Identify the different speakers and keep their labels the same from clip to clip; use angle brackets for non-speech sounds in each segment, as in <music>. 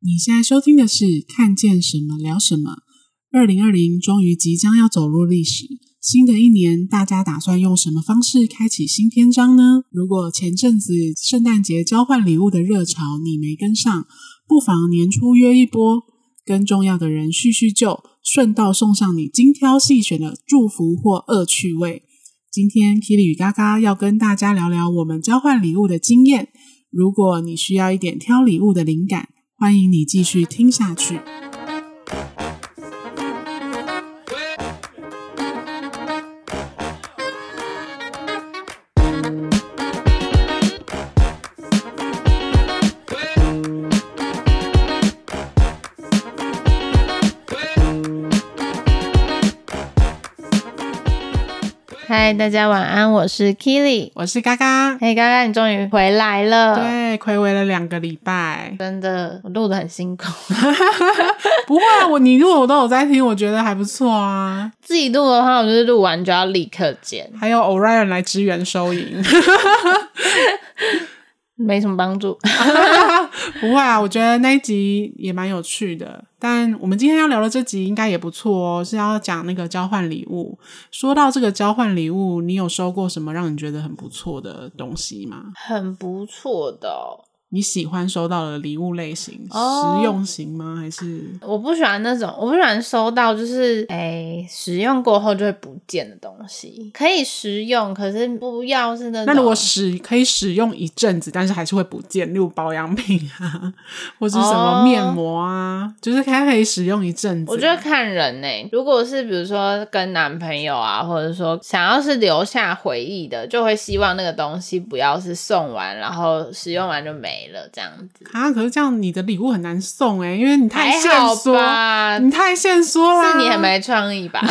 Speaker 1: 你现在收听的是《看见什么聊什么》。二零二零终于即将要走入历史，新的一年大家打算用什么方式开启新篇章呢？如果前阵子圣诞节交换礼物的热潮你没跟上，不妨年初约一波，跟重要的人叙叙旧，顺道送上你精挑细选的祝福或恶趣味。今天 Kitty 与嘎嘎要跟大家聊聊我们交换礼物的经验。如果你需要一点挑礼物的灵感，欢迎你继续听下去。
Speaker 2: 嗨，大家晚安，我是 Kili。
Speaker 1: 我是嘎嘎，
Speaker 2: 嘿，刚刚你终于回来了，，。
Speaker 1: 对，暌违了两个礼拜
Speaker 2: 真的，我录的很辛苦， <laughs>
Speaker 1: 不会啊，我你如果我都有在听，我觉得还不错啊。
Speaker 2: 自己录的话，我就是录完就要立刻剪，
Speaker 1: 还有 Orion 来支援收 <laughs> 银，
Speaker 2: 没什么帮助。
Speaker 1: 不会啊，我觉得那一集也蛮有趣的。但我们今天要聊的这集应该也不错哦，是要讲那个交换礼物。说到这个交换礼物，你有收过什么让你觉得很不错的东西吗？
Speaker 2: <laughs> 很不错的哦、
Speaker 1: 你喜欢收到的礼物类型，
Speaker 2: 哦
Speaker 1: 实用型吗？还是
Speaker 2: 我不喜欢那种，我不喜欢收到就是哎使用过后就会不见的东西，可以食用，可是不要是那种。
Speaker 1: 那如果使可以使用一阵子，但是还是会不见，例如保养品啊， <laughs> 或是什么
Speaker 2: 哦
Speaker 1: 面膜啊，就是它可以使用一阵子。
Speaker 2: 我觉得看人呢、欸如果是比如说跟男朋友啊，或者说想要是留下回忆的，就会希望那个东西不要是送完，然后使用完就没了这样子。
Speaker 1: 啊，可是这样你的礼物很难送哎、因为你太
Speaker 2: 还
Speaker 1: 限
Speaker 2: 好
Speaker 1: 缩，
Speaker 2: 吧？
Speaker 1: 你太限缩啦。
Speaker 2: 是你很没创意吧？ <laughs>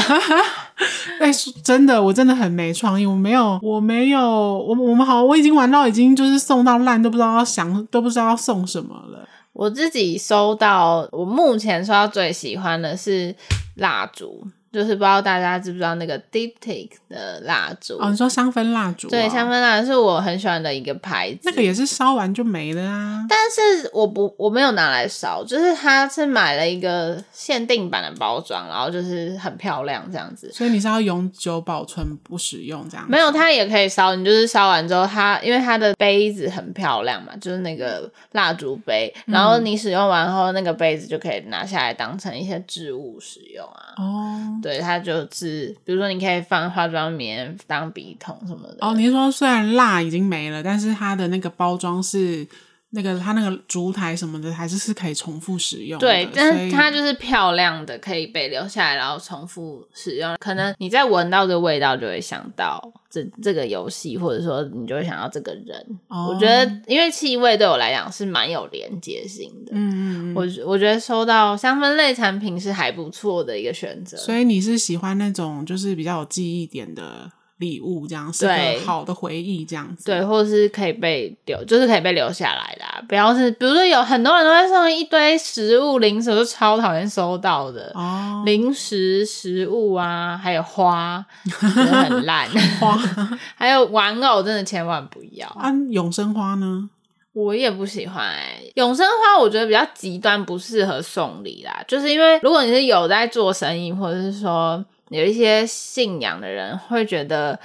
Speaker 1: 哎、说真的，我真的很没创意，我没有，我没有，我我们好，我已经玩到已经就是送到烂，都不知道要想，都不知道要送什么了。
Speaker 2: 我自己收到，我目前收到最喜欢的是蜡烛，就是不知道大家知不知道那个 Diptyque 的蜡烛。
Speaker 1: 哦，你说香氛蜡烛、
Speaker 2: 对，香氛。蜡烛是我很喜欢的一个牌子。
Speaker 1: 那个也是烧完就没了啊！
Speaker 2: 但是我不我没有拿来烧，就是他是买了一个限定版的包装，然后就是很漂亮这样子。
Speaker 1: 所以你是要永久保存不使用这样子？
Speaker 2: 没有，它也可以烧，你就是烧完之后它，因为它的杯子很漂亮嘛，就是那个蜡烛杯，然后你使用完后，那个杯子就可以拿下来当成一些置物使用啊。
Speaker 1: 哦
Speaker 2: 对，它就是比如说你可以放化妆棉当笔筒什么的。
Speaker 1: 哦，你是说虽然蜡已经没了，但是它的那个包装是那个它那个烛台什么的，还是是可以重复使用的。
Speaker 2: 对，但
Speaker 1: 所以
Speaker 2: 是它就是漂亮的，可以被留下来，然后重复使用。可能你在闻到这个味道，就会想到这这个游戏，或者说你就会想到这个人。
Speaker 1: 哦
Speaker 2: 我觉得，因为气味对我来讲是蛮有连接性的。
Speaker 1: 嗯嗯嗯，
Speaker 2: 我我觉得收到香氛类产品是还不错的一个选择。
Speaker 1: 所以你是喜欢那种就是比较有记忆点的礼物，这样是个
Speaker 2: 对
Speaker 1: 好的回忆这样子。
Speaker 2: 对，或者是可以被留，就是可以被留下来的、啊，不要是比如说有很多人都会送一堆食物零食，我就超讨厌收到的。
Speaker 1: 哦，
Speaker 2: 零食、食物啊，还有花，真的很烂。
Speaker 1: <laughs> 花
Speaker 2: <laughs> 还有玩偶，真的千万不要。
Speaker 1: 啊，永生花呢？
Speaker 2: 我也不喜欢、欸。永生花我觉得比较极端，不适合送礼啦。就是因为如果你是有在做生意，或者是说有一些信仰的人，会觉得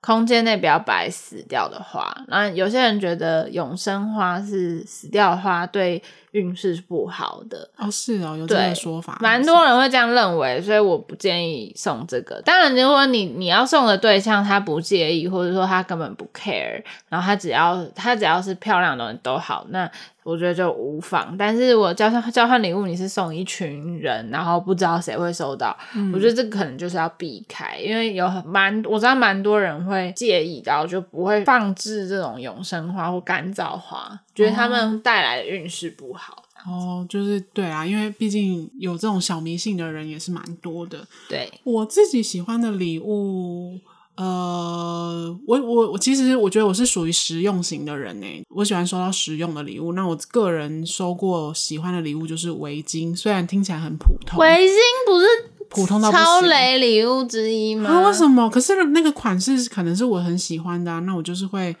Speaker 2: 空间内不要摆死掉的花。然后有些人觉得永生花是死掉的花，对运势是不好的。
Speaker 1: 哦，是哦，有这个
Speaker 2: 对
Speaker 1: 说法，
Speaker 2: 蛮多人会这样认为，所以我不建议送这个。当然，如果你你要送的对象他不介意，或者说他根本不 care，然后他只要他只要是漂亮的东西都好，那我觉得就无妨。但是我交换交换礼物，你是送一群人，然后不知道谁会收到，我觉得这个可能就是要避开，因为有很蛮我知道蛮多人会介意，然后就不会放置这种永生花或干燥花，觉得他们带来的运势不好。
Speaker 1: 哦，就是对啊，因为毕竟有这种小迷信的人也是蛮多的。
Speaker 2: 对，
Speaker 1: 我自己喜欢的礼物，呃，我我我其实我觉得我是属于实用型的人呢、欸我喜欢收到实用的礼物。那我个人收过喜欢的礼物就是围巾，虽然听起来很普通，
Speaker 2: 围巾不是
Speaker 1: 普通到不
Speaker 2: 超
Speaker 1: 行。啊
Speaker 2: 雷礼物之一吗？
Speaker 1: 啊，为什么？可是那个款式可能是我很喜欢的、啊，那我就是会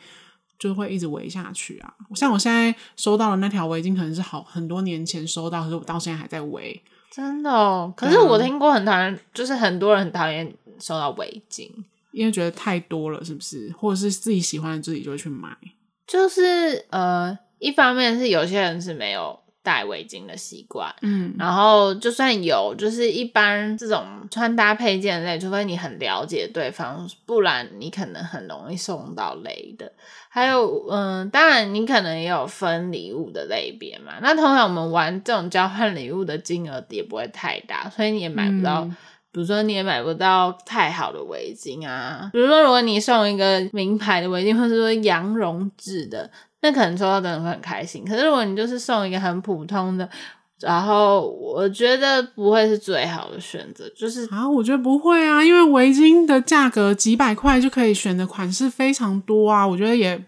Speaker 1: 就会一直围下去啊。像我现在收到的那条围巾，可能是好很多年前收到，可是我到现在还在围。
Speaker 2: 真的哦。可是
Speaker 1: 对啊
Speaker 2: 我听过很讨厌，就是很多人很讨厌收到围巾，
Speaker 1: 因为觉得太多了，是不是？或者是自己喜欢的自己就会去买，
Speaker 2: 就是呃，一方面是有些人是没有戴围巾的习惯，
Speaker 1: 嗯
Speaker 2: 然后就算有，就是一般这种穿搭配件类，除非你很了解对方，不然你可能很容易送到雷的。还有，嗯，当然你可能也有分礼物的类别嘛。那通常我们玩这种交换礼物的金额也不会太大，所以你也买不到。
Speaker 1: 嗯
Speaker 2: 比如说，你也买不到太好的围巾啊。比如说，如果你送一个名牌的围巾，或者说羊绒制的，那可能抽到的人会很开心。可是如果你就是送一个很普通的，然后我觉得不会是最好的选择，就是
Speaker 1: 啊，我觉得不会啊，因为围巾的价格几百块就可以选的款式非常多啊，我觉得也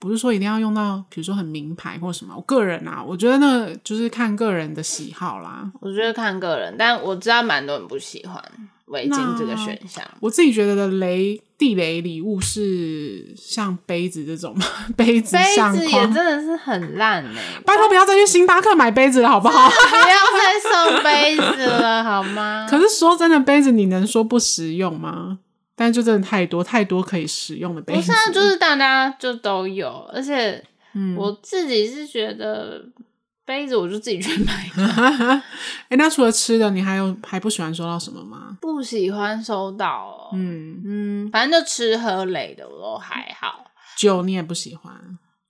Speaker 1: 不是说一定要用到，比如说很名牌或什么。我个人啊，我觉得那个就是看个人的喜好啦。
Speaker 2: 我觉得看个人，但我知道蛮多人不喜欢围巾这个选项。
Speaker 1: 我自己觉得的雷地雷礼物是像杯子这种 <laughs> 杯子
Speaker 2: 杯
Speaker 1: 相
Speaker 2: 子也
Speaker 1: 框
Speaker 2: 真，的是很烂呢、
Speaker 1: 拜托不要再去星巴克买杯子了，好不好？
Speaker 2: 不要再送杯子了好吗？
Speaker 1: 可是说真的，杯子你能说不实用吗？但就真的太多太多可以使用的杯子，
Speaker 2: 不是啊，就是大家就都有，而且
Speaker 1: 嗯
Speaker 2: 我自己是觉得杯子，我就自己去买一个。
Speaker 1: <laughs> 哎、那除了吃的，你还有还不喜欢收到什么吗？
Speaker 2: 不喜欢收到、哦，嗯
Speaker 1: 嗯，
Speaker 2: 反正就吃喝类的我都还好。
Speaker 1: 酒你也不喜欢，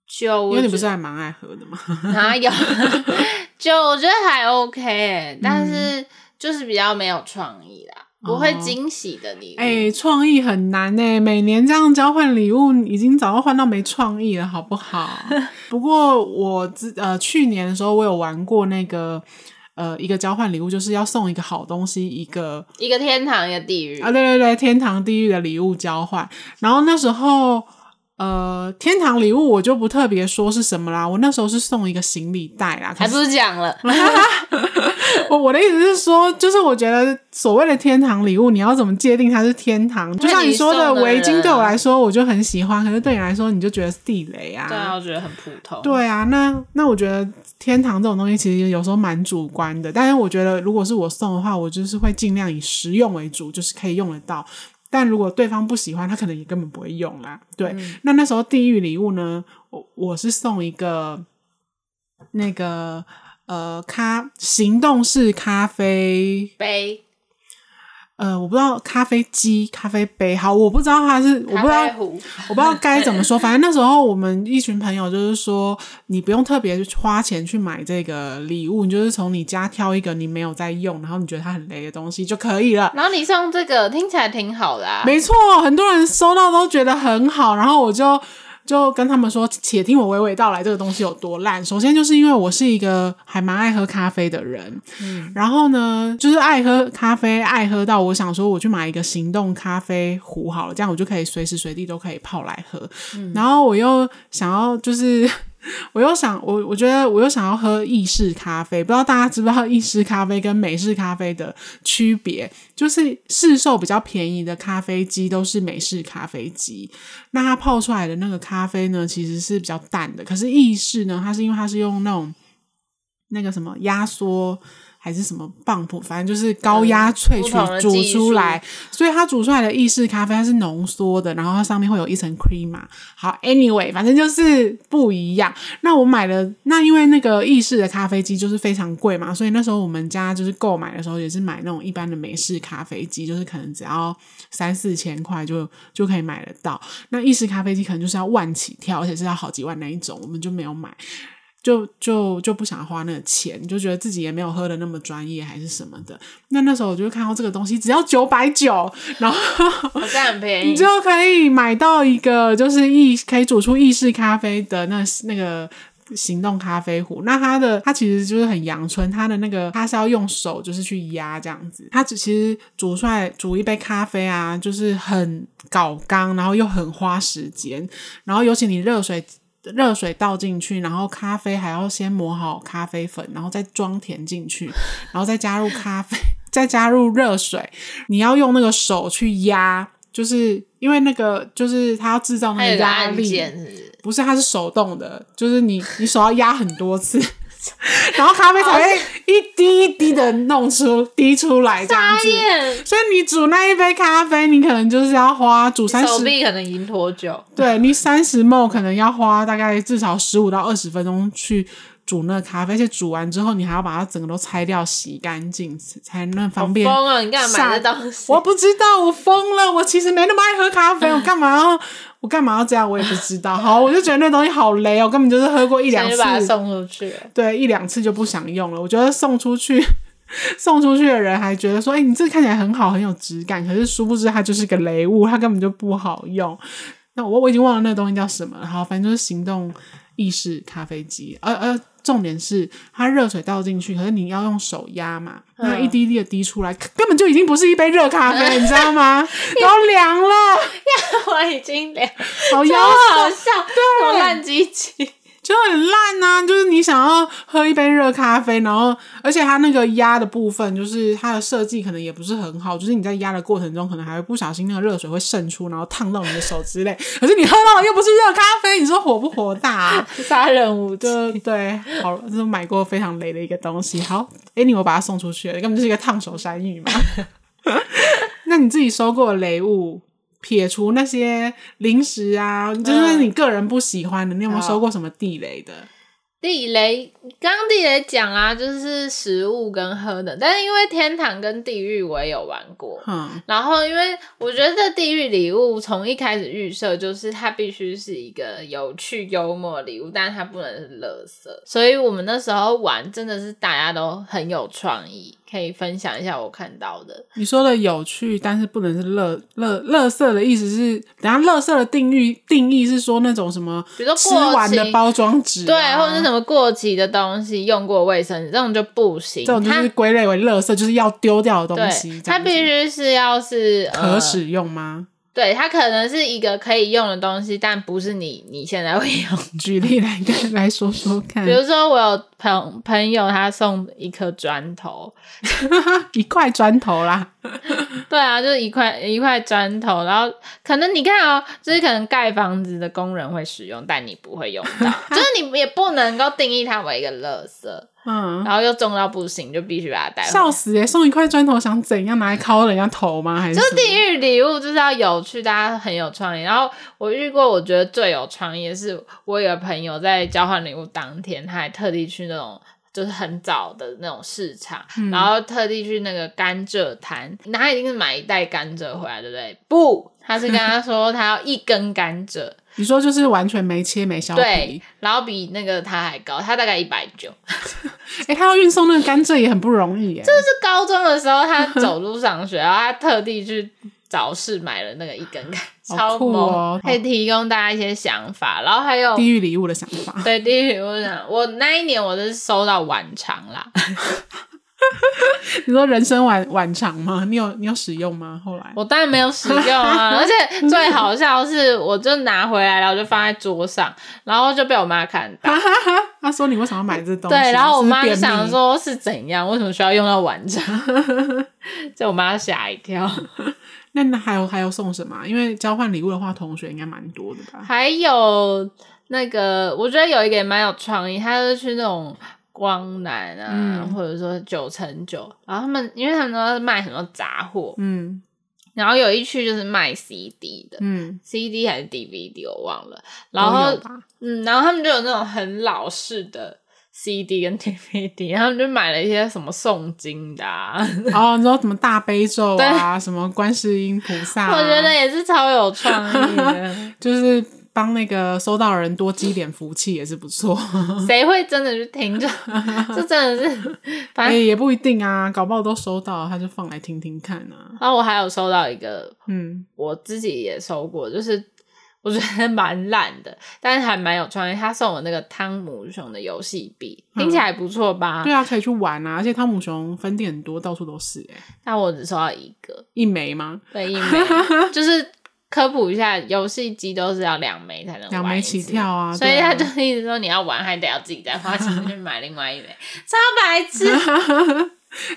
Speaker 2: 就
Speaker 1: 因为你不
Speaker 2: 是。
Speaker 1: 是啊还蛮爱喝的吗？
Speaker 2: 哪有？ <laughs> 就我觉得还 OK，欸
Speaker 1: 嗯
Speaker 2: 但是就是比较没有创意啦，不会惊喜的礼物。
Speaker 1: 哦哎、创意很难呢、每年这样交换礼物，已经早就换到没创意了，好不好？不过我之呃去年的时候，我有玩过那个呃一个交换礼物，就是要送一个好东西，一个
Speaker 2: 一个天堂，一个地狱。
Speaker 1: 啊，对对对，天堂地狱的礼物交换。然后那时候，呃，天堂礼物我就不特别说是什么啦，我那时候是送一个行李袋啦。可
Speaker 2: 还
Speaker 1: 是
Speaker 2: 不是讲了，
Speaker 1: <laughs> 我我的意思是说，就是我觉得所谓的天堂礼物，你要怎么界定它是天堂？就像
Speaker 2: 你
Speaker 1: 你说的
Speaker 2: 送的
Speaker 1: 围巾，
Speaker 2: 人
Speaker 1: 对我来说我就很喜欢，可是对你来说你就觉得是地雷啊。
Speaker 2: 对啊，我觉得很普通。，
Speaker 1: 对啊，那那我觉得天堂这种东西其实有时候蛮主观的，但是我觉得如果是我送的话，我就是会尽量以实用为主，就是可以用得到。但如果对方不喜欢，他可能也根本不会用啦。对，
Speaker 2: 嗯
Speaker 1: 那那时候地狱礼物呢，我我是送一个那个呃咖行动式咖啡
Speaker 2: 杯、
Speaker 1: 呃，我不知道咖啡机、咖啡杯，好，我不知道它是，我
Speaker 2: 咖
Speaker 1: 不知道
Speaker 2: 啡壶，
Speaker 1: 我不知道该怎么说，反正那时候我们一群朋友就是说，你不用特别花钱去买这个礼物，你就是从你家挑一个你没有在用，然后你觉得它很雷的东西就可以了。
Speaker 2: 然后你送这个听起来挺好的啊。
Speaker 1: 没错，很多人收到都觉得很好，然后我就就跟他们说，且听我娓娓道来这个东西有多烂。首先就是因为我是一个还蛮爱喝咖啡的人，然后呢，就是爱喝咖啡，爱喝到我想说我去买一个行动咖啡壶好了，这样我就可以随时随地都可以泡来喝。然后我又想要就是。 <laughs> 我又想，我我觉得我又想要喝意式咖啡，不知道大家知不知道意式咖啡跟美式咖啡的区别？就是市售比较便宜的咖啡机都是美式咖啡机，那它泡出来的那个咖啡呢，其实是比较淡的。可是意式呢，它是因为它是用那种那个什么压缩还是什么棒浦，反正就是高压萃
Speaker 2: 不
Speaker 1: 取
Speaker 2: 同的技
Speaker 1: 煮
Speaker 2: 术
Speaker 1: 出来，所以它煮出来的意式咖啡它是浓缩的，然后它上面会有一层 cream 嘛。好，anyway，反正就是不一样。那我买了，那因为那个意式的咖啡机就是非常贵嘛，所以那时候我们家就是购买的时候也是买那种一般的美式咖啡机，就是可能只要三四千块就就可以买得到。那意式咖啡机可能就是要万起跳，而且是要好几万那一种，我们就没有买。就就就不想花那个钱，就觉得自己也没有喝的那么专业还是什么的。那那时候我就看到这个东西只要九百九，然后
Speaker 2: 好像很
Speaker 1: <laughs>
Speaker 2: 便
Speaker 1: 你
Speaker 2: 宜
Speaker 1: 就。可以买到一个就是意可以煮出意式咖啡的那那个。行动咖啡壶，那它的它其实就是很阳春，它的那个它是要用手就是去压这样子，它只其实煮出来煮一杯咖啡啊，就是很搞刚，然后又很花时间，然后尤其你热水热水倒进去，然后咖啡还要先磨好咖啡粉，然后再装填进去， <laughs> 然后再加入咖啡，再加入热水，你要用那个手去压。就是因为那个就是它要制造
Speaker 2: 它
Speaker 1: 那
Speaker 2: 有
Speaker 1: 个
Speaker 2: 个
Speaker 1: 压
Speaker 2: 按
Speaker 1: 力，
Speaker 2: 键是不是
Speaker 1: 不是它是手动的，就是你你手要压很多次， <laughs> 然后咖啡才会一滴一滴的弄出滴出来这样
Speaker 2: 眨
Speaker 1: 子。
Speaker 2: 眼，
Speaker 1: 所以你煮那一杯咖啡，你可能就是要花煮三
Speaker 2: 手
Speaker 1: 十
Speaker 2: 臂可能已经脱臼。
Speaker 1: 对你三十 ml 可能要花大概至少十五到二十分钟去煮那个咖啡，而且煮完之后你还要把它整个都拆掉、洗干净，才能方便。
Speaker 2: 疯了！你干嘛买这
Speaker 1: 下
Speaker 2: 东西？
Speaker 1: 我不知道，我疯了，我其实没那么爱喝咖啡，我干嘛要我干嘛要这样？我也不知道。好，我就觉得那东西好雷哦，我根本就是喝过一两
Speaker 2: 现在就把它
Speaker 1: 次，
Speaker 2: 送出去了。 <laughs>
Speaker 1: 对，一两次就不想用了。我觉得送出去。 <laughs> 送出去的人还觉得说：“哎、你这个看起来很好，很有质感。”可是殊不知它就是个雷物，它根本就不好用。那我我已经忘了那个东西叫什么了。好，反正就是行动意式咖啡机。呃呃，重点是它热水倒进去，可是你要用手压嘛，
Speaker 2: 嗯
Speaker 1: 那一滴一滴的滴出来，根本就已经不是一杯热咖啡，你知道
Speaker 2: <laughs>
Speaker 1: 吗？都凉了，
Speaker 2: 我已经聊，
Speaker 1: 好
Speaker 2: 超
Speaker 1: 妖娆，
Speaker 2: 好笑，什么烂鸡鸡？
Speaker 1: 就很烂呐、就是你想要喝一杯热咖啡，然后而且它那个压的部分，就是它的设计可能也不是很好，就是你在压的过程中，可能还会不小心那个热水会渗出，然后烫到你的手之类。 <laughs> 可是你喝到的又不是热咖啡，你说火不火大、
Speaker 2: <laughs>
Speaker 1: 啊？
Speaker 2: 杀人无罪。
Speaker 1: 对对，好，这是买过非常雷的一个东西。好，哎，你我把它送出去了，根本就是一个烫手山芋嘛。 <laughs> 那你自己收过的雷物，撇除那些零食啊，就是你个人不喜欢的，你有没有
Speaker 2: 好
Speaker 1: 收过什么地雷的？
Speaker 2: 地雷，刚刚地雷讲啦、就是食物跟喝的，但是因为天堂跟地狱我也有玩过。
Speaker 1: 嗯
Speaker 2: 然后，因为我觉得地狱礼物从一开始预设就是它必须是一个有趣幽默的礼物，但它不能是垃圾。所以我们那时候玩真的是大家都很有创意，可以分享一下我看到的。，
Speaker 1: 你说的有趣，但是不能是乐乐乐色的意思是，等下乐色的定义定义是说那种什么
Speaker 2: 比如说
Speaker 1: 吃
Speaker 2: 过
Speaker 1: 完的
Speaker 2: 期
Speaker 1: 包装纸
Speaker 2: 对，
Speaker 1: 啊、
Speaker 2: 或者是什么过期的东西、用过卫生纸这种就不行，
Speaker 1: 这种就是归类为乐色，就是要丢掉的
Speaker 2: 它
Speaker 1: 东
Speaker 2: 对
Speaker 1: 西。，
Speaker 2: 它必
Speaker 1: 这样子
Speaker 2: 须是要是
Speaker 1: 可
Speaker 2: 呃，
Speaker 1: 使用吗？
Speaker 2: 对，它可能是一个可以用的东西，但不是你你现在会
Speaker 1: <laughs>
Speaker 2: 用。
Speaker 1: 举例来跟来说说看
Speaker 2: 比，如说，我有朋朋友他送一颗砖头，
Speaker 1: 一块砖头啦，
Speaker 2: 对啊，就是一块一块砖头，然后可能你看哦，就是可能盖房子的工人会使用，但你不会用到，
Speaker 1: <laughs>
Speaker 2: 就是你也不能够定义它为一个垃圾，
Speaker 1: 嗯，
Speaker 2: 然后又重到不行，就必须把它带回来
Speaker 1: 笑。死耶、送一块砖头想怎样拿来敲人家头吗？还是
Speaker 2: 就是
Speaker 1: 什么
Speaker 2: 地狱礼物就是要有趣，大家很有创意。然后我遇过，我觉得最有创意的是我有个朋友在交换礼物当天，他还特地去那种。就是很早的那种市场，然后特地去那个甘蔗摊，他一定是买一袋甘蔗回来，对不对？不，他是跟他说他要一根甘蔗，
Speaker 1: 你说就是完全没切没削
Speaker 2: 对
Speaker 1: 皮，，
Speaker 2: 然后比那个他还高，他大概一百九，
Speaker 1: 哎、他要运送那个甘蔗也很不容易耶、
Speaker 2: 就是高中的时候，他走路上学，然后他特地去早市买了那个一根杆，
Speaker 1: <laughs> 好
Speaker 2: 超
Speaker 1: 酷
Speaker 2: 萌，
Speaker 1: 哦
Speaker 2: 可以提供大家一些想法。然后还有
Speaker 1: 地狱礼物的想法。
Speaker 2: 对地狱，我想我那一年我是收到晚肠啦， <laughs>
Speaker 1: 你说人生晚晚长吗？你有你有使用吗？后来
Speaker 2: 我当然没有使用
Speaker 1: <laughs>
Speaker 2: 啊，而且最好笑的是，我就拿回来，然后就放在桌上，然后就被我妈看到。
Speaker 1: 他说你为什么要买这东西？
Speaker 2: 对，然后我
Speaker 1: 是不是
Speaker 2: 妈就
Speaker 1: 便秘
Speaker 2: 想，说是怎样，为什么需要用到晚肠？ <laughs> 就我妈吓一跳。
Speaker 1: 那那还有还有送什么啊？因为交换礼物的话，同学应该蛮多的吧？
Speaker 2: 还有那个，我觉得有一个也蛮有创意，他就是去那种光南啊，
Speaker 1: 嗯
Speaker 2: 或者说九乘九，然后他们因为他们都是卖很多杂货，
Speaker 1: 嗯
Speaker 2: 然后有一区就是卖 CD 的。
Speaker 1: 嗯，
Speaker 2: CD 还是 DVD 我忘了，
Speaker 1: 都
Speaker 2: 然后
Speaker 1: 有吧
Speaker 2: 嗯，然后他们就有那种很老式的 CD 跟 <laughs> DVD，然后他们就买了一些什么诵经的、啊，
Speaker 1: 哦，你说什么大悲咒啊，什么观世音菩萨、啊，。
Speaker 2: 我觉得也是超有创意的
Speaker 1: <laughs> 就是帮那个收到的人多积点福气也是不
Speaker 2: <laughs>
Speaker 1: 错。
Speaker 2: 谁会真的去听这？这真的是，反
Speaker 1: 哎、
Speaker 2: 正
Speaker 1: 也不一定啊，搞不好都收到，他就放来听听看啊。
Speaker 2: 然后我还有收到一个，
Speaker 1: 嗯，
Speaker 2: 我自己也收过，就是我觉得蛮烂的，但是还蛮有创意。他送我那个汤姆熊的游戏币，
Speaker 1: 嗯
Speaker 2: 听起来不错吧？
Speaker 1: 对啊，可以去玩啊，而且汤姆熊分店很多，到处都是、欸，哎，
Speaker 2: 但我只收到一个，
Speaker 1: 一枚吗？
Speaker 2: 对，一枚，就是科普一下，游戏机都是要两枚才能玩
Speaker 1: 两枚
Speaker 2: 一次
Speaker 1: 起跳啊
Speaker 2: 所
Speaker 1: 对
Speaker 2: 以
Speaker 1: 啊
Speaker 2: 他就
Speaker 1: <laughs>
Speaker 2: 一直说你要玩，还得要自己再花钱去买另外一枚，超白痴。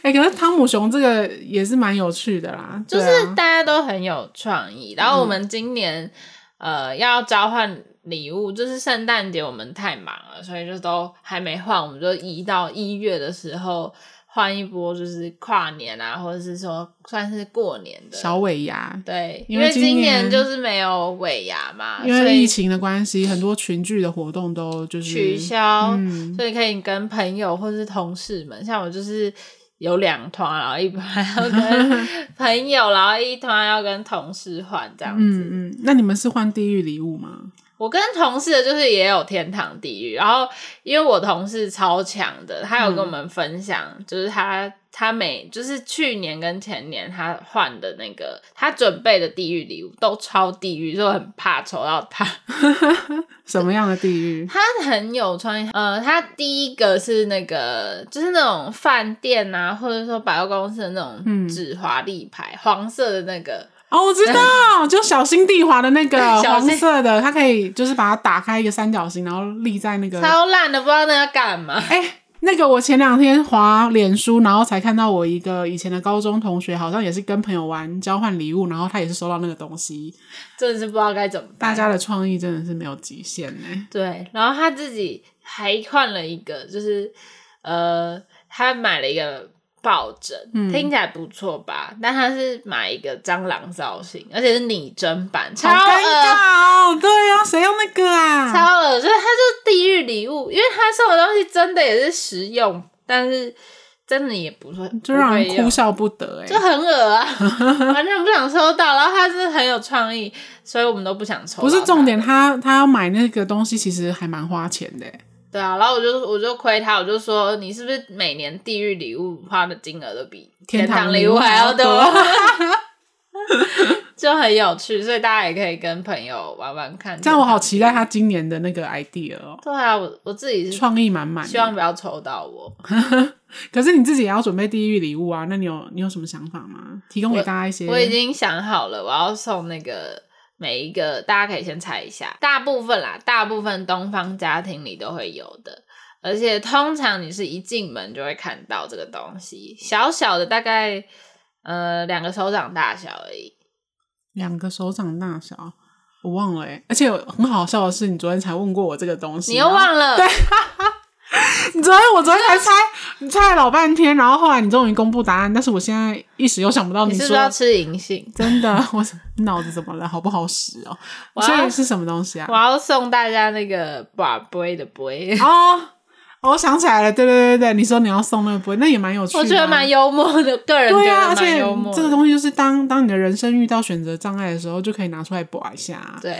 Speaker 1: 哎、可是汤姆熊这个也是蛮有趣的啦，
Speaker 2: 就
Speaker 1: 对
Speaker 2: 是
Speaker 1: 啊嗯
Speaker 2: 大家都很有创意。然后我们今年、呃要交换礼物，就是圣诞节我们太忙了，所以就都还没换，我们就移到一月的时候换一波，就是跨年啊，或者是说算是过年的。
Speaker 1: 小尾牙，
Speaker 2: 对，
Speaker 1: 因
Speaker 2: 因
Speaker 1: 为
Speaker 2: 为今
Speaker 1: 今年
Speaker 2: 就是没有尾牙嘛，
Speaker 1: 因
Speaker 2: 所
Speaker 1: 为
Speaker 2: 以
Speaker 1: 疫情的关系，很多群聚的活动都就是
Speaker 2: 取消，
Speaker 1: 嗯，
Speaker 2: 所以可以跟朋友或是同事们，像我就是有两团，然后一团
Speaker 1: <laughs>
Speaker 2: 要跟朋友，然后一团要跟同事换这样子。
Speaker 1: 嗯嗯，那你们是换地狱礼物吗？
Speaker 2: 我跟同事的就是也有天堂地狱，然后因为我同事超强的，他有跟
Speaker 1: 嗯
Speaker 2: 我们分享，就是他他每就是去年跟前年他换的那个他准备的地狱礼物都超地狱，所以我很怕抽到
Speaker 1: <laughs>
Speaker 2: 他。
Speaker 1: 什么样的地狱？
Speaker 2: 他很有创意，呃，他第一个是那个，就是那种饭店啊，或者说百货公司的那
Speaker 1: 嗯
Speaker 2: 种纸华丽牌，黄色的那个，
Speaker 1: 哦，我知
Speaker 2: <laughs>
Speaker 1: 道，就小心地滑的那个
Speaker 2: 小
Speaker 1: 黄
Speaker 2: 心
Speaker 1: 色的，它可以就是把它打开一个三角形，然后立在那个
Speaker 2: 超烂的，不知道那要干嘛。
Speaker 1: 哎、那个我前两天滑脸书，然后才看到我一个以前的高中同学，好像也是跟朋友玩交换礼物，然后他也是收到那个东西。
Speaker 2: 真的是不知道该怎么办。
Speaker 1: 大家的创意真的是没有极限呢、
Speaker 2: 对，然后他自己还换了一个，就是呃，他买了一个抱枕，
Speaker 1: 嗯
Speaker 2: 听起来不错吧？但他是买一个蟑螂造型，而且是拟真版，超
Speaker 1: 好尴
Speaker 2: 恶
Speaker 1: 尬哦！对啊，谁用那个啊？
Speaker 2: 超恶，就是他就是地狱礼物，因为他送的东西真的也是实用，但是真的也不是
Speaker 1: 就让人哭
Speaker 2: 不会用
Speaker 1: 笑不得哎、
Speaker 2: 就很恶啊， <laughs> 完全不想收到。然后他是很有创意，所以我们都不想抽。
Speaker 1: 不是重，点，他他要买那个东西，其实还蛮花钱的欸、
Speaker 2: 对啊。然后我就我就亏他，我就说你是不是每年地狱礼物花的金额都比
Speaker 1: 天堂
Speaker 2: 堂
Speaker 1: 礼
Speaker 2: 礼
Speaker 1: 物还
Speaker 2: 还
Speaker 1: 要
Speaker 2: 要多
Speaker 1: 多？
Speaker 2: <laughs> 就很有趣，所以大家也可以跟朋友玩玩看。
Speaker 1: 这样我好期待他今年的那个 idea 哦，
Speaker 2: 对啊，我我自己是
Speaker 1: 创意满满的。
Speaker 2: 希望不要抽到我。
Speaker 1: 可是你自己也要准备地狱礼物啊？那你有你有什么想法吗？提供给大家一些。
Speaker 2: 我已经想好了，我要送那个每一个，大家可以先猜一下，大部分啦，大部分东方家庭里都会有的，而且通常你是一进门就会看到这个东西，小小的大概呃两个手掌大小而已，
Speaker 1: 两个手掌大小，我忘了哎、而且很好笑的是，你昨天才问过我这个东西，
Speaker 2: 你又忘了，对，
Speaker 1: 然后你昨天我昨天才猜，你猜了老半天，然后后来你终于公布答案，但是我现在一时又想不到
Speaker 2: 你是
Speaker 1: 说
Speaker 2: 不是要吃银杏？
Speaker 1: 真的，我脑子怎么了？好不好使哦？
Speaker 2: 我要
Speaker 1: 所以是什么东西啊
Speaker 2: 我？要送大家那个把杯
Speaker 1: <laughs>
Speaker 2: 的杯。
Speaker 1: 哦。哦我想起来了，对对对对，你说你要送那个不会，那也蛮有趣的啊、
Speaker 2: 我觉得蛮幽默的，个人觉
Speaker 1: 对啊，
Speaker 2: 得
Speaker 1: 而且
Speaker 2: 蛮幽默的。
Speaker 1: 这个东西就是当当你的人生遇到选择障碍的时候，就可以拿出来拔一下啊，
Speaker 2: 对，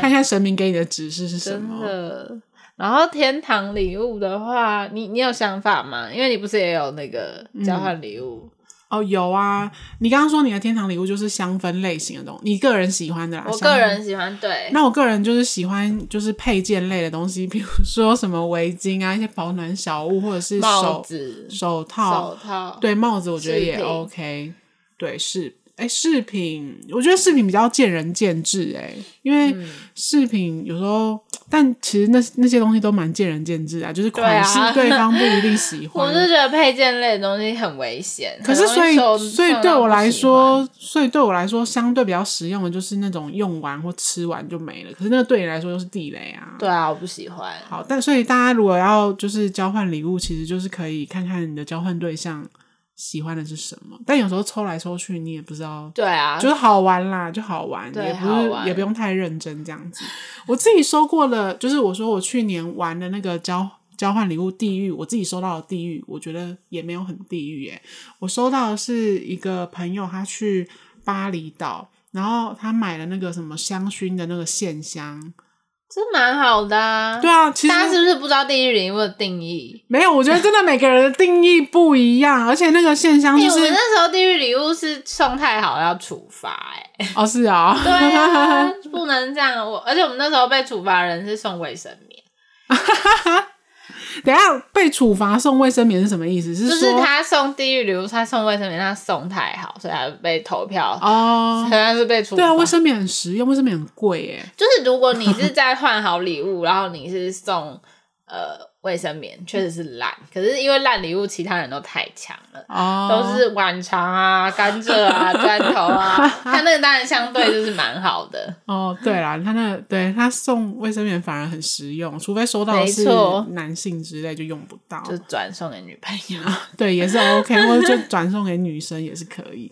Speaker 1: 看一下神明给你的指示是什
Speaker 2: 真
Speaker 1: 么。哦
Speaker 2: 的。然后天堂礼物的话，你你有想法吗？因为你不是也有那个
Speaker 1: 嗯
Speaker 2: 交换礼物？
Speaker 1: 哦，有啊，你刚刚说你的天堂礼物就是香氛类型的东西，你个人喜欢的啦。
Speaker 2: 我
Speaker 1: 香
Speaker 2: 个
Speaker 1: 氛
Speaker 2: 人喜欢对，
Speaker 1: 那我个人就是喜欢就是配件类的东西，比如说什么围巾啊，一些保暖小物，或者是
Speaker 2: 帽
Speaker 1: 手
Speaker 2: 子、
Speaker 1: 手套，
Speaker 2: 手套，
Speaker 1: 对帽子，我觉得也
Speaker 2: 饰品
Speaker 1: OK。对饰，哎，饰品，我觉得饰品比较见仁见智，哎，因为
Speaker 2: 嗯
Speaker 1: 饰品有时候，但其实那那些东西都蛮见仁见智啊，就是款式
Speaker 2: 对啊
Speaker 1: 对方不一定喜欢。
Speaker 2: <laughs> 我是觉得配件类的东西很危险。
Speaker 1: 可是，
Speaker 2: 很
Speaker 1: 所
Speaker 2: 容易
Speaker 1: 以
Speaker 2: 受
Speaker 1: 所以
Speaker 2: 受
Speaker 1: 对
Speaker 2: 到
Speaker 1: 我
Speaker 2: 不
Speaker 1: 来
Speaker 2: 喜欢
Speaker 1: 说，所以对我来说，相对比较实用的就是那种用完或吃完就没了。可是那个对你来说又是地雷啊。
Speaker 2: 对啊，我不喜欢。
Speaker 1: 好，但所以大家如果要就是交换礼物，其实就是可以看看你的交换对象喜欢的是什么。但有时候抽来抽去，你也不知道，
Speaker 2: 对啊，
Speaker 1: 就是好玩啦，就好玩，
Speaker 2: 对
Speaker 1: 也不
Speaker 2: 好
Speaker 1: 是
Speaker 2: 玩
Speaker 1: 也不用太认真这样子。我自己收过的，就是我说我去年玩的那个交交换礼物地狱，我自己收到的地狱，我觉得也没有很地狱耶、我收到的是一个朋友，他去巴厘岛，然后他买了那个什么香薰的那个线香。
Speaker 2: 这蛮好的啊。
Speaker 1: 对啊，其实
Speaker 2: 大家是不是不知道地狱礼物的定义？
Speaker 1: 没有，我觉得真的每个人的定义不一样，而且那个线香
Speaker 2: 哎、
Speaker 1: 就
Speaker 2: 我
Speaker 1: 是、
Speaker 2: 们那时候地狱礼物是送太好要处罚、哎。
Speaker 1: 哦是啊、
Speaker 2: <laughs> 对啊，不能这样。我而且我们那时候被处罚的人是送卫生棉，
Speaker 1: <laughs> 等一下被处罚送卫生棉是什么意思？是
Speaker 2: 就
Speaker 1: 说
Speaker 2: 是他送地狱礼物，他送卫生棉，他送太好，所以他被投票，
Speaker 1: 哦
Speaker 2: 好，像是被处罚。
Speaker 1: 对啊，卫生棉很实用，卫生棉很贵耶。
Speaker 2: 就是如果你是在换好礼物，然后你是送呃卫生棉确实是烂，可是因为烂礼物其他人都太强了。
Speaker 1: 哦，
Speaker 2: 都是晚肠
Speaker 1: <laughs>
Speaker 2: 啊、甘蔗啊、砖头啊，它那个当然相对就是蛮好的。
Speaker 1: 哦，对啦，他那对他送卫生棉反而很实用，除非收到的是
Speaker 2: 没错
Speaker 1: 男性之类就用不到，
Speaker 2: 就转送给女朋
Speaker 1: <laughs>
Speaker 2: 友。
Speaker 1: 对，也是
Speaker 2: <laughs>
Speaker 1: OK，或者就转送给女生也是可以。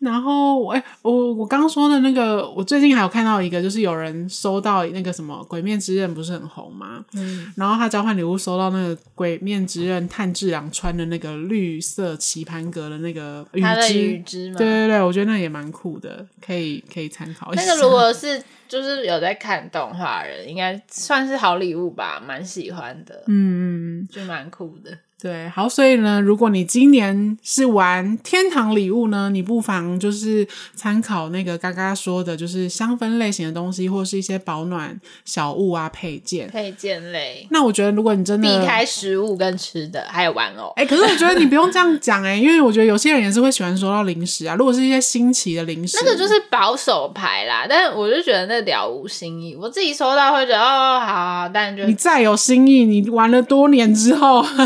Speaker 1: 然后我哎、我我刚说的那个，我最近还有看到一个，就是有人收到那个什么《鬼面之刃》不是很红吗？
Speaker 2: 嗯，
Speaker 1: 然后他交换礼物收到那个《鬼面之刃》炭治郎穿的那个绿色棋盘格的那个羽
Speaker 2: 他的
Speaker 1: 织，
Speaker 2: 鱼汁嘛，
Speaker 1: 对对对，我觉得那也蛮酷的，可以可以参考一下。
Speaker 2: <laughs> 那个如果是就是有在看动画的人，应该算是好礼物吧，蛮喜欢的，
Speaker 1: 嗯，
Speaker 2: 就蛮酷的。
Speaker 1: 对，好，所以呢，如果你今年是玩天堂礼物呢，你不妨就是参考那个刚刚说的，就是香氛类型的东西，或是一些保暖小物啊配件。
Speaker 2: 配件类，
Speaker 1: 那我觉得，如果你真的
Speaker 2: 避开食物跟吃的，还有玩偶。
Speaker 1: 嗯哎、可是我觉得你不用这样讲哎、因为我觉得有些人也是会喜欢收到零食啊。如果是一些新奇的零食，
Speaker 2: 那个就是保守牌啦，但我就觉得那了无新意。我自己收到会觉得哦，好好，但就
Speaker 1: 你再有新意，你玩了多年之后， <laughs>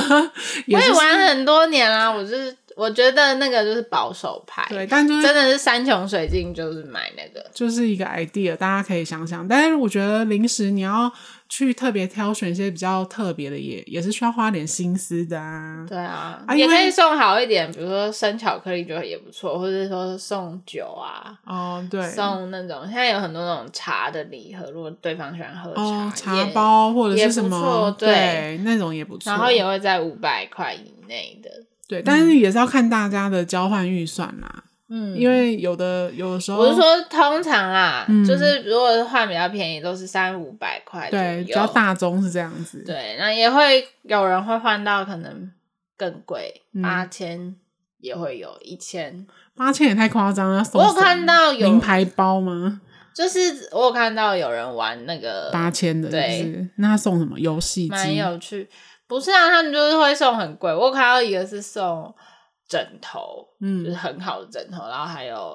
Speaker 1: 也
Speaker 2: 我也
Speaker 1: 是
Speaker 2: 玩很多年啦、我就是我觉得那个就是保守牌，
Speaker 1: 对，但就是
Speaker 2: 真的是山穷水尽就是买那个。
Speaker 1: 就是一个 idea，大家可以想想。但是我觉得零食你要去特别挑选一些比较特别的也，也是需要花点心思的啊。
Speaker 2: 对啊，
Speaker 1: 啊因
Speaker 2: 也
Speaker 1: 为
Speaker 2: 可以送好一点，比如说生巧克力就也不错，或者说送酒啊，
Speaker 1: 哦，对，
Speaker 2: 送那种现在有很多那种茶的礼盒，如果对方喜欢喝茶，
Speaker 1: 哦，茶
Speaker 2: 也，
Speaker 1: 包或者
Speaker 2: 也
Speaker 1: 是
Speaker 2: 不
Speaker 1: 什么
Speaker 2: 错，
Speaker 1: 对
Speaker 2: 对，
Speaker 1: 那种也不错。
Speaker 2: 然后也会在五百块以内的。
Speaker 1: 对，但是也是要看大家的交换预算啦，
Speaker 2: 嗯，
Speaker 1: 因为有的有的时候，
Speaker 2: 我是说通常啦，
Speaker 1: 嗯
Speaker 2: 就是如果换比较便宜，都是三五百块左
Speaker 1: 对
Speaker 2: 右
Speaker 1: 比较大宗是这样子，
Speaker 2: 对，那也会有人会换到可能更贵
Speaker 1: 嗯，
Speaker 2: 八千、也会有，一千。
Speaker 1: 八千也太夸张了。
Speaker 2: 我有看到有
Speaker 1: 名牌包吗？
Speaker 2: 就是我有看到有人玩那个
Speaker 1: 八千的，
Speaker 2: 对
Speaker 1: 就是那他送什么游戏
Speaker 2: 蛮
Speaker 1: 机？
Speaker 2: 有趣。不是啊，他们就是会送很贵。我有看到一个是送枕头，就是
Speaker 1: 嗯，
Speaker 2: 很好的枕头，然后还有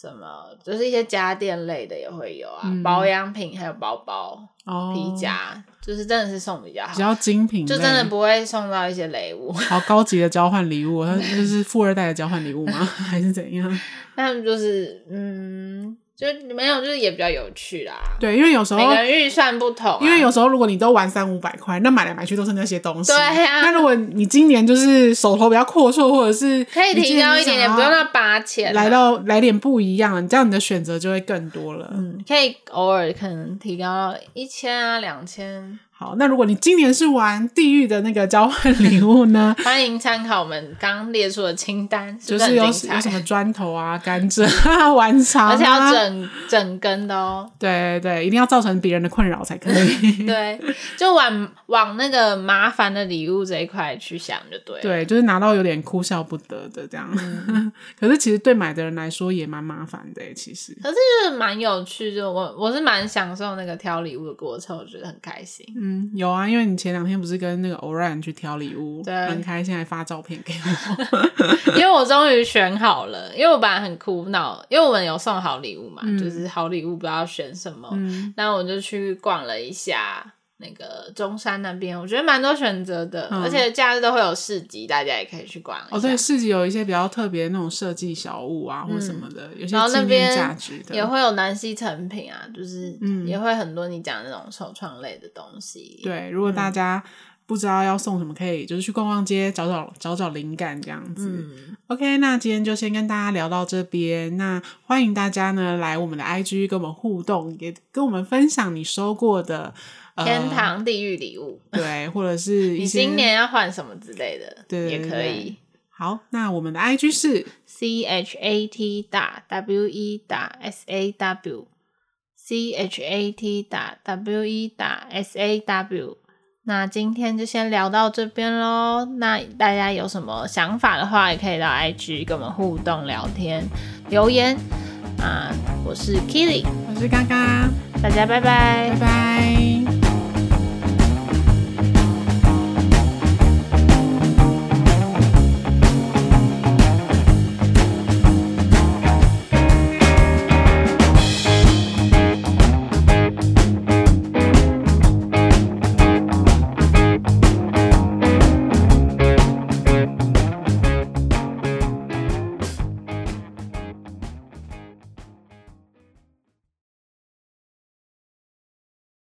Speaker 2: 什么，就是一些家电类的也会有啊，
Speaker 1: 嗯
Speaker 2: 保养品还有包包、
Speaker 1: 哦，
Speaker 2: 皮夹，就是真的是送比较
Speaker 1: 比
Speaker 2: 好，
Speaker 1: 较精品类，
Speaker 2: 就真的不会送到一些雷物。 <laughs>
Speaker 1: 好高级的交换礼物，它就是富二代的交换礼物
Speaker 2: <laughs>
Speaker 1: 吗？还是怎样？
Speaker 2: 他们就是嗯，就没有，就是也比较有趣啦。
Speaker 1: 对，因为有时候
Speaker 2: 每，个人预算不同啊、
Speaker 1: 因为有时候如果你都玩三五百块，那买来买去都是那些东西。
Speaker 2: 对啊
Speaker 1: 那如果你今年就是手头比较阔绰，或者是
Speaker 2: 可以
Speaker 1: 你今
Speaker 2: 提高一
Speaker 1: 就
Speaker 2: 点
Speaker 1: 想
Speaker 2: 点，
Speaker 1: 要
Speaker 2: 不用到八千、啊
Speaker 1: 来。到来点不一样，你这样你的选择就会更多了。
Speaker 2: 嗯，可以偶尔可能提高到一千啊，两千。？
Speaker 1: 好，那如果你今年是玩地狱的那个交换礼物呢
Speaker 2: <laughs> 欢迎参考我们刚列出的清单，
Speaker 1: 就是
Speaker 2: 不
Speaker 1: 是
Speaker 2: 是
Speaker 1: 有
Speaker 2: 很
Speaker 1: 有
Speaker 2: 精彩？
Speaker 1: 什么砖头啊、甘蔗啊、 <laughs> 玩肠、啊，
Speaker 2: 而且要整整根
Speaker 1: <laughs>
Speaker 2: 的哦。
Speaker 1: 对对对，一定要造成别人的困扰才可以。
Speaker 2: 对，就往往那个麻烦的礼物这一块去想就对了。嗯
Speaker 1: 对，就是拿到有点哭笑不得的这样。 <laughs> 可是其实对买的人来说也蛮麻烦的欸，其实。
Speaker 2: 可是就是蛮有趣，就我我是蛮享受那个挑礼物的过程，我觉得很开心。
Speaker 1: 嗯，有啊，因为你前两天不是跟那个 Oran 去挑礼物，
Speaker 2: 对
Speaker 1: 蛮开心，还发照片给我。 <laughs>
Speaker 2: 因为我终于选好了，因为我本来很苦恼，因为我们有送好礼物嘛，就是好礼物不知道选什么，
Speaker 1: 嗯
Speaker 2: 那我就去逛了一下那个中山那边，我觉得蛮多选择的，
Speaker 1: 嗯
Speaker 2: 而且假日都会有市集，大家也可以去逛一下。 <laughs>
Speaker 1: 哦，对，市集有一些比较特别那种设计小物啊，或什么的，有些
Speaker 2: 嗯然后那
Speaker 1: 纪念
Speaker 2: 边
Speaker 1: 价值的。
Speaker 2: 也会有南西成品啊，就是
Speaker 1: 嗯
Speaker 2: 也会很多你讲的那种手创类的东西。，
Speaker 1: 对，如果大
Speaker 2: 嗯
Speaker 1: 家不知道要送什么，可以就是去逛逛街，找找找找灵感这样子。
Speaker 2: 嗯，
Speaker 1: OK，那今天就先跟大家聊到这边。那欢迎大家呢来我们的 IG 跟我们互动，也跟我们分享你收过的、呃、
Speaker 2: 天堂地狱礼物，
Speaker 1: 对，或者是一
Speaker 2: 你
Speaker 1: 些
Speaker 2: 今年要换什么之类的，
Speaker 1: 呃对
Speaker 2: 也
Speaker 1: 对
Speaker 2: 可
Speaker 1: 对
Speaker 2: 以。
Speaker 1: 好。那我们的 IG 是
Speaker 2: C H A T 打 W E 打 S A W C H A T 打 W E 打 S A W。那今天就先聊到这边喽。那大家有什么想法的话，也可以到 IG 跟我们互动聊天留言。啊，我是 Kitty，
Speaker 1: 我是嘎嘎，
Speaker 2: 大家拜拜
Speaker 1: 拜拜。